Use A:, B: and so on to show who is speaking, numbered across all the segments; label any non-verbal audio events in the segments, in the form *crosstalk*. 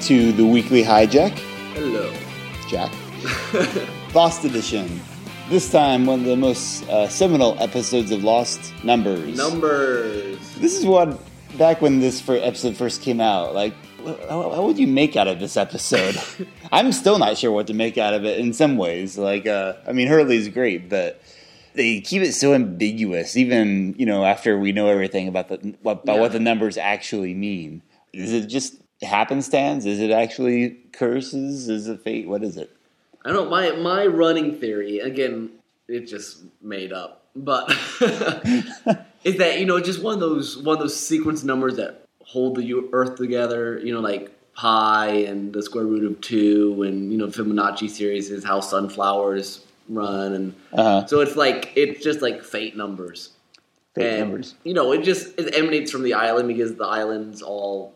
A: to the weekly hijack,
B: Hello.
A: Jack. Lost edition. This time, one of the most uh, seminal episodes of Lost Numbers.
B: Numbers.
A: This is one back when this fir- episode first came out. Like, wh- how, how would you make out of this
B: *laughs*
A: episode? I'm still not sure what to make out of it in some ways. Like, uh, I mean, Hurley's great, but they keep it so ambiguous. Even you know, after we know everything about the what, about what
B: Yeah.
A: the numbers actually mean, is it just happenstance? Is it actually curses? Is it fate? What is it?
B: I don't know, my my running theory, again, it's just made up, but *laughs* is that, you know, just one of those one of those sequence numbers that hold the u- earth together, you know, like pi and the square root of two and you know, Fibonacci series is how sunflowers run and
A: Uh-huh.
B: so it's like it's just like fate numbers.
A: Fate
B: and,
A: numbers.
B: You know, it just it emanates from the island because the island's all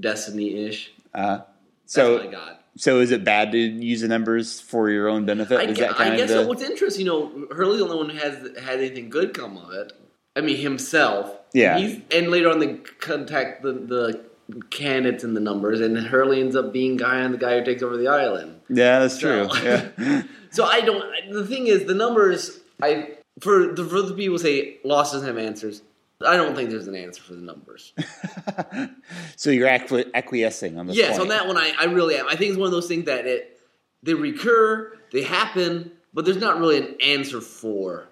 B: destiny ish.
A: Uh,
B: So
A: so,
B: my God.
A: so is it bad to use the numbers for your own benefit?
B: I,
A: is
B: gue-
A: that kind
B: I guess
A: of the,
B: what's interesting, you know, Hurley's the only one who has had anything good come of it. I mean, himself.
A: Yeah.
B: He's, and later on, they contact the, the candidates and the numbers, and Hurley ends up being guy on the guy who takes over the island.
A: yeah, that's true.
B: So- *laughs*
A: Yeah.
B: So I don't. The thing is, the numbers. I for the for the people who say Lost doesn't have answers. I don't think there's an answer for the numbers.
A: so you're acqui- acquiescing on this
B: yes,
A: point.
B: on that one, I, I really am. I think it's one of those things that it they recur, they happen, but there's not really an answer for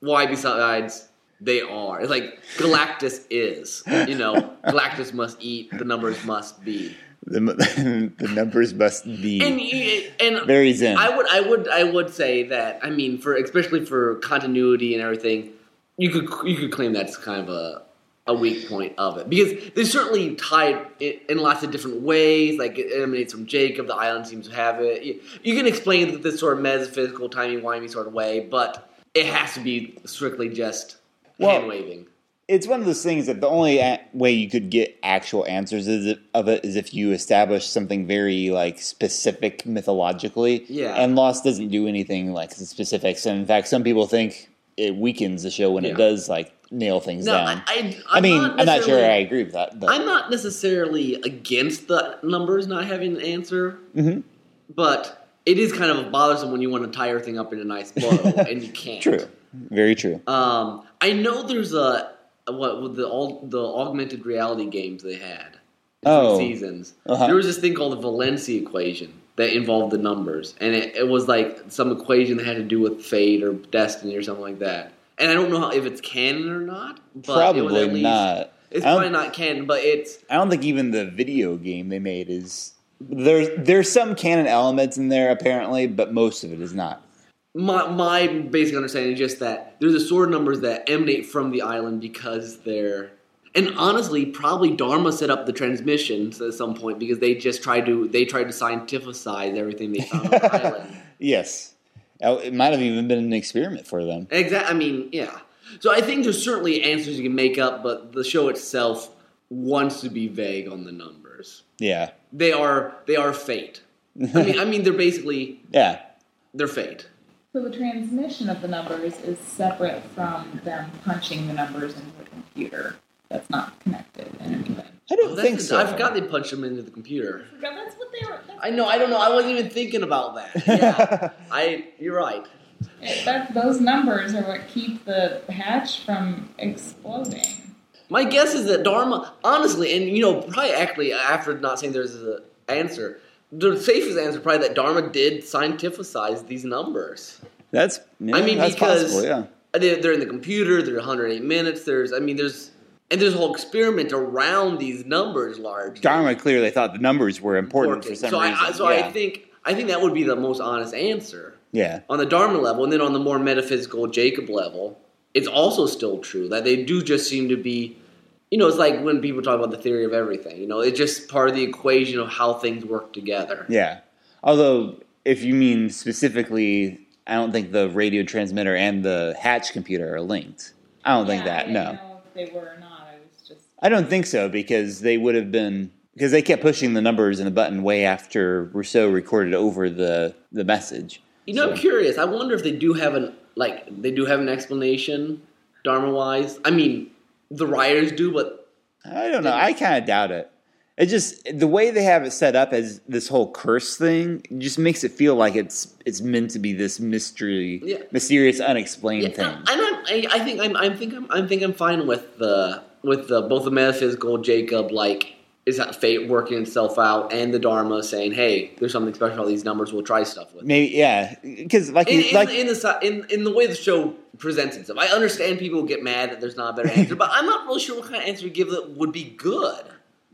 B: why besides they are. It's like Galactus is, you know, Galactus must eat, the numbers must be,
A: the, m- the *laughs* numbers must be
B: and you- and
A: very zen.
B: I would, I would, I would say that. I mean, for especially for continuity and everything, you could you could claim that's kind of a a weak point of it because they're certainly tied in, in lots of different ways. Like it emanates from Jacob, the island seems to have it. You, you can explain it this sort of metaphysical, timey wimey sort of way, but it has to be strictly just
A: Well-
B: hand waving.
A: it's one of those things that the only a- way you could get actual answers is if, of it is if you establish something very like specific mythologically.
B: Yeah.
A: And Lost doesn't do anything like specifics, and in fact, some people think it weakens the show when it
B: Yeah.
A: does like nail things
B: No,
A: down.
B: I, I,
A: I
B: I'm
A: mean,
B: not
A: I'm not sure I
B: necessarily-
A: agree with that. But
B: I'm not necessarily against the numbers not having an answer,
A: Mm-hmm.
B: but it is kind of bothersome when you want to tie everything up in a nice bow and you
A: *laughs*
B: can't.
A: true, very true.
B: Um, I know there's a what with the all the augmented reality games they had. different
A: Oh.
B: seasons.
A: Uh-huh.
B: There was this thing called the Valencia equation that involved the numbers, and it, it was like some equation that had to do with fate or destiny or something like that. And I don't know how, if it's canon or not. But it was at
A: Probably
B: least-
A: not.
B: It's
A: I don't-
B: probably not canon, but it's
A: I don't think even the video game they made is there's there's some canon elements in there apparently, but most of it is not.
B: my my basic understanding is just that there's a sort of numbers that emanate from the island because they're and honestly probably dharma set up the transmissions at some point because they just tried to they tried to scientificize everything they found
A: *laughs*
B: on the island
A: Yes, Uh, it might have even been an experiment for them.
B: exactly i mean yeah so i think there's certainly answers you can make up but the show itself wants to be vague on the numbers
A: Yeah,
B: they are they are fate i mean i mean they're basically
A: yeah,
B: they're fate
C: So the transmission of the numbers is separate from them punching the numbers into the computer. That's not connected in any way.
A: *laughs* I don't
B: Oh, that's-
A: think so.
B: i forgot they punched them into the computer
C: Yeah, that's what they were. That's,
B: I know. I don't know. I wasn't even thinking about
A: *laughs*
B: that. Yeah, I. You're right.
C: it- that, those numbers are what keep the hatch from exploding.
B: My guess is that Dharma, honestly, and you know, probably actually after not saying there's an answer, the safest answer probably that Dharma did scientificize these numbers.
A: that's yeah,
B: I mean,
A: that's
B: because
A: possible. Yeah,
B: they, they're in the computer. They're 108 minutes. There's, I mean, there's, and there's a whole experiment around these numbers, large.
A: Dharma clearly thought the numbers were important, for some
B: so
A: reason.
B: I, I, so
A: yeah.
B: I think I think that would be the most honest answer.
A: yeah,
B: on the Dharma level, and then on the more metaphysical Jacob level, it's also still true that they do just seem to be, you know, it's like when people talk about the theory of everything. You know, it's just part of the equation of how things work together.
A: yeah. Although, if you mean specifically, I don't think the radio transmitter and the hatch computer are linked. I don't think
C: Yeah,
A: that.
C: I
A: no.
C: didn't know if they were or not. I was just.
A: I don't think so because they would have been because they kept pushing the numbers and the button way after Rousseau recorded over the the message.
B: You know, I'm curious. I wonder if they do have an like they do have an explanation, Dharma wise. I mean, the writers do, but
A: I don't know. I kind of doubt it. It just the way they have it set up as this whole curse thing just makes it feel like it's it's meant to be this mystery,
B: Yeah.
A: mysterious, unexplained
B: Yeah,
A: thing.
B: and I'm, I, I think I'm, I think I'm, I think I'm fine with the with the both the metaphysical Jacob like is that fate working itself out and the Dharma saying, hey, there's something special about these numbers. We'll try stuff with. it."
A: Maybe yeah, because like
B: In,
A: you-
B: in,
A: like
B: in the si- in, in the way the show presents itself, I understand people get mad that there's not
A: *laughs*
B: a better answer, but I'm not really sure what kind of answer to give that would be good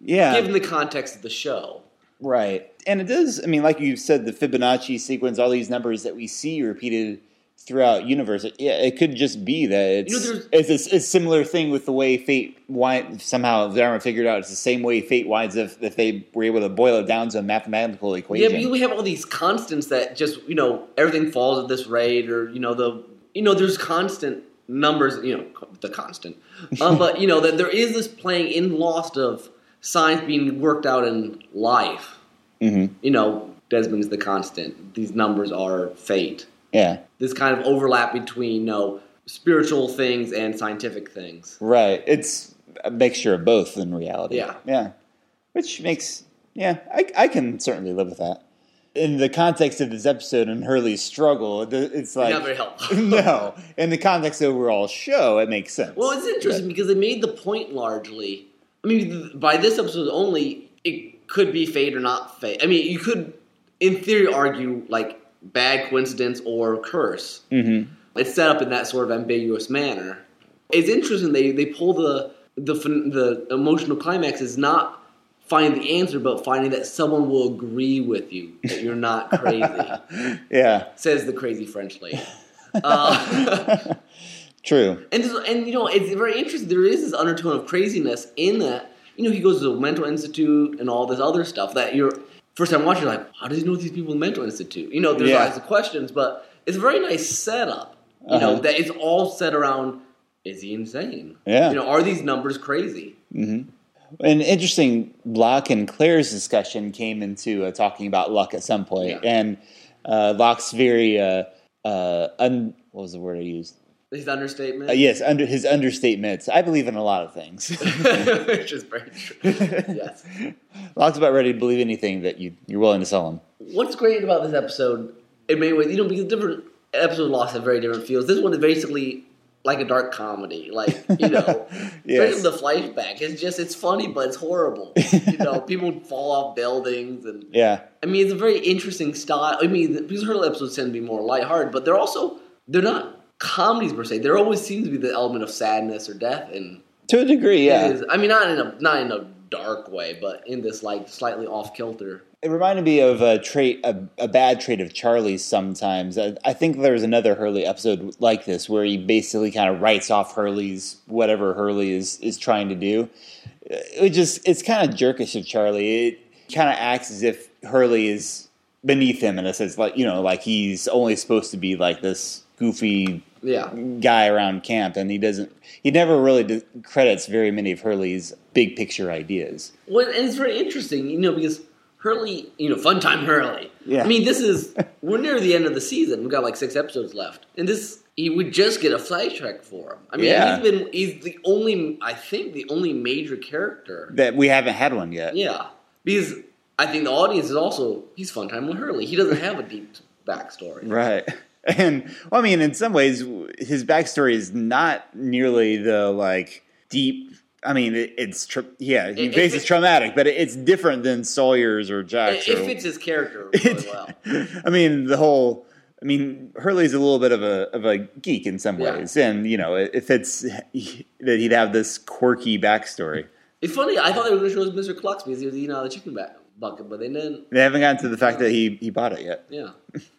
A: yeah,
B: given the context of the show.
A: Right. And it does, I mean, like you've said, the Fibonacci sequence, all these numbers that we see repeated throughout universe, it, yeah, it could just be that it's,
B: You know, there's-
A: it's, it's a similar thing with the way fate, wind, somehow Dharma figured out it's the same way fate winds if, if they were able to boil it down to a mathematical
B: Yeah,
A: equation.
B: but we have all these constants that just you know everything falls at this rate, or you know the you know there's constant numbers, you know co- the constant,
A: *laughs*
B: um, but you know that there is this playing in Lost of science being worked out in life.
A: Mhm.
B: You know, Desmond's the constant. These numbers are fate.
A: yeah.
B: This kind of overlap between you know spiritual things and scientific things.
A: Right. It's a mixture of both in reality.
B: Yeah.
A: Yeah. Which makes, yeah, I, I can certainly live with that. In the context of this episode and Hurley's struggle, it- it's like.
B: Not very helpful.
A: *laughs* no. In the context of the overall show, it makes sense.
B: Well, it's interesting because they made the point largely. I mean, th- by this episode only, it could be fate or not fate. I mean, you could, in theory, argue like bad coincidence or curse.
A: Mm-hmm.
B: It's set up in that sort of ambiguous manner. It's interesting they they pull the the fin- the emotional climax is not finding the answer, but finding that someone will agree with you that you're not crazy.
A: Yeah. *laughs*
B: says the crazy French lady. Uh,
A: True.
B: And this, and you know, it's very interesting. There is this undertone of craziness in that. You know, he goes to the mental institute and all this other stuff that you're first time watching. You're like, how does he know these people in the mental institute? You know, there's
A: Yeah.
B: lots of questions, but it's a very nice setup. You know,
A: Uh-huh.
B: that it's all set around: is he insane?
A: Yeah.
B: You know, are these numbers crazy?
A: An interesting Locke and Claire's discussion came into uh, talking about luck at some point,
B: Yeah.
A: and uh, Locke's very uh, uh, un- what was the word I used?
B: His understatement.
A: Uh, yes, under his understatements. I believe in a lot of things. *laughs*
B: *laughs* Which is very true. yes.
A: Locke's about ready to believe anything that you you're willing to sell him.
B: What's great about this episode, in many ways, you know, because different episodes of Lost have very different feels. This one is basically like a dark comedy, like
A: *laughs*
B: you know,
A: Yes.
B: especially the flashback. It's just it's funny, but
A: *laughs*
B: it's horrible. you know, people fall off buildings, and
A: Yeah.
B: I mean, it's a very interesting style. I mean, the- because her episodes tend to be more lighthearted, but they're also they're not comedies per se. There always seems to be the element of sadness or death, and
A: To a degree, yeah.
B: it is, I mean, not in a not in a dark way, but in this like slightly off kilter.
A: It reminded me of a trait, a, a bad trait of Charlie's. Sometimes I, I think there was another Hurley episode like this where he basically kind of writes off Hurley's whatever Hurley is is trying to do. It just it's kind of jerkish of Charlie. It kind of acts as if Hurley is beneath him in a sense, like you know, like he's only supposed to be like this goofy
B: Yeah.
A: guy around camp, and he doesn't. He never really d- credits very many of Hurley's big picture ideas.
B: Well, and it's very interesting, you know, because Hurley, you know, fun time Hurley.
A: Yeah.
B: I mean, this is we're near the end of the season. We've got like six episodes left, and this he would just get a sidetrack for him. I mean,
A: Yeah.
B: he's been he's the only I think the only major character.
A: That we haven't had one yet.
B: Yeah, because I think the audience is also he's fun time with Hurley. He doesn't have a deep backstory.
A: Right. *laughs* And well, I mean, in some ways, w- his backstory is not nearly the like deep. I mean, it, it's tr yeah, he
B: If
A: faces
B: it-
A: traumatic, but it, it's different than Sawyer's or Jack's.
B: It,
A: or-
B: it fits his
A: *laughs*
B: character really well.
A: I mean, the whole. I mean, Hurley's a little bit of a of a geek in some
B: Yeah.
A: ways, and you know, it, it fits that he'd have this quirky backstory.
B: It's funny. I thought they were going to show us Mr. Clucks because he was eating out of the chicken ba- bucket, but they didn't.
A: They haven't gotten to the fact that he he bought it yet,
B: Yeah.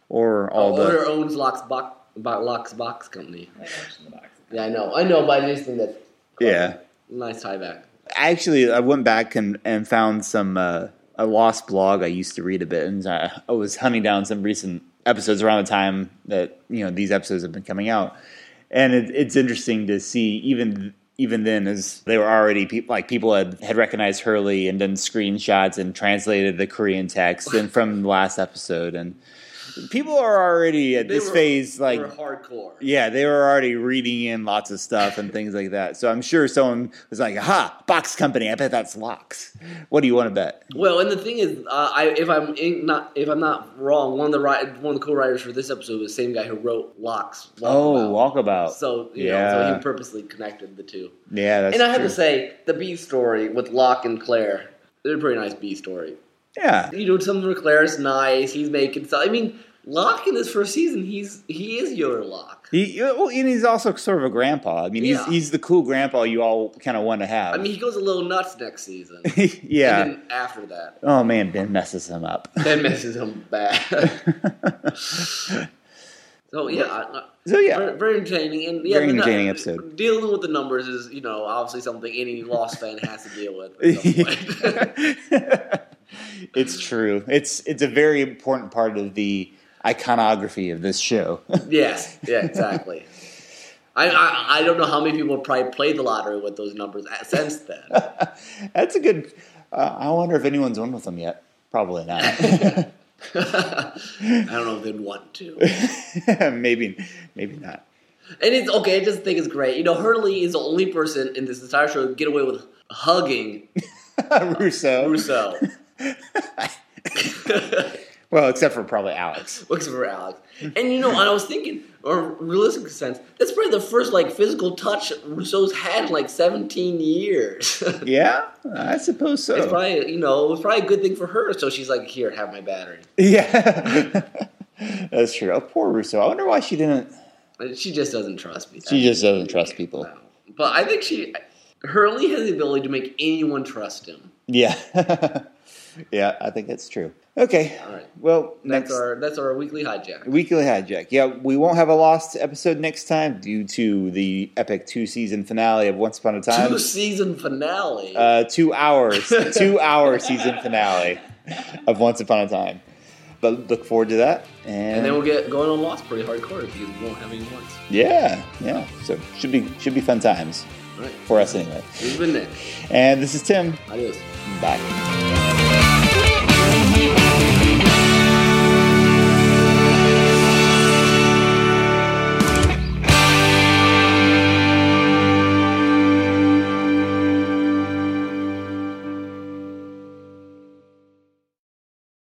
A: or all the.
B: Owner owns Locks Box, Bo- Locks Box Company.
C: Like, watch the box.
B: Yeah, I know. I know, but I just think that's
A: Yeah.
B: nice tie back.
A: actually i went back and, and found some uh, a lost blog i used to read a bit and i I was hunting down some recent episodes around the time that you know these episodes have been coming out and it, it's interesting to see even even then as they were already peop like people had, had recognized hurley and done screenshots and translated the korean text and from the last episode and people are already at
B: They
A: this
B: were-
A: phase like
B: they were hardcore.
A: yeah, they were already reading in lots of stuff and things like that. So I'm sure someone was like, "Aha, box company! I bet that's locks." What do you want to bet?
B: Well, and the thing is, uh, I, if I'm in, not if I'm not wrong, one of the ri- one of the co-writers for this episode was the same guy who wrote Locks.
A: Oh,
B: Walkabout.
A: walkabout.
B: So you
A: yeah,
B: know, so he purposely connected the two.
A: yeah. That's
B: and I have
A: true.
B: to say, the B story with Locke and Claire, they're a pretty nice B story.
A: yeah,
B: You know, something where Claire's nice. He's making. So I mean, Locke in this first season, he's he is your Locke.
A: he, well, and he's also sort of a grandpa. I mean, he's
B: Yeah.
A: he's the cool grandpa you all kind of want to have.
B: I mean, he goes a little nuts next season.
A: *laughs* yeah.
B: And then after that,
A: oh man, Ben messes him
B: *laughs*
A: up.
B: that messes him bad. *laughs* so yeah, I, I-
A: so
B: *laughs*
A: yeah, *laughs*
B: Very, very entertaining and yeah,
A: Very
B: the nu-
A: entertaining episode.
B: Dealing with the numbers is, you know, obviously something any Lost fan has to deal with. At some
A: *laughs*
B: point. *laughs*
A: it's true. It's it's a very important part of the iconography of this show.
B: yes, yeah, exactly. I, I I don't know how many people probably played the lottery with those numbers at- since then. *laughs*
A: That's a good. Uh, I wonder if anyone's won with them yet. Probably not. *laughs*
B: I don't know if they'd want to. And
A: maybe, maybe not. *laughs*
B: it's okay. I just think it's great. You know, Hurley is the only person in this entire show to get away with hugging
A: Russo.
B: Russo.
A: Well, except for probably Alex.
B: *laughs* Looks for Alex. And you know, and I was thinking, or realistic sense, that's probably the first like physical touch Rousseau's had in like 17 years. *laughs* it's
A: Yeah, I suppose so.
B: probably you know, it was probably a good thing for her. So she's like, here, have my battery.
A: *laughs* yeah, *laughs* that's true. Oh, poor Russo. I wonder why she didn't.
B: And She just doesn't trust me.
A: She just doesn't trust people.
B: Wow. But I think she Hurley has the ability to make anyone trust him.
A: Yeah, *laughs* yeah. I think that's true. Okay.
B: All right.
A: Well,
B: That's
A: next
B: our that's our weekly hijack.
A: Weekly hijack. Yeah, we won't have a lost episode next time due to the epic two season finale of Once Upon a Time.
B: Two season finale.
A: uh, two
B: *laughs*
A: hours, two hour season finale of Once Upon a Time. But look forward to that, and,
B: and then we'll get going on Lost pretty hardcore because we won't have any once.
A: yeah, yeah. So should be should be fun times
B: All right.
A: for us anyway.
B: We've been there.
A: And this is Tim.
B: Adios.
A: Bye.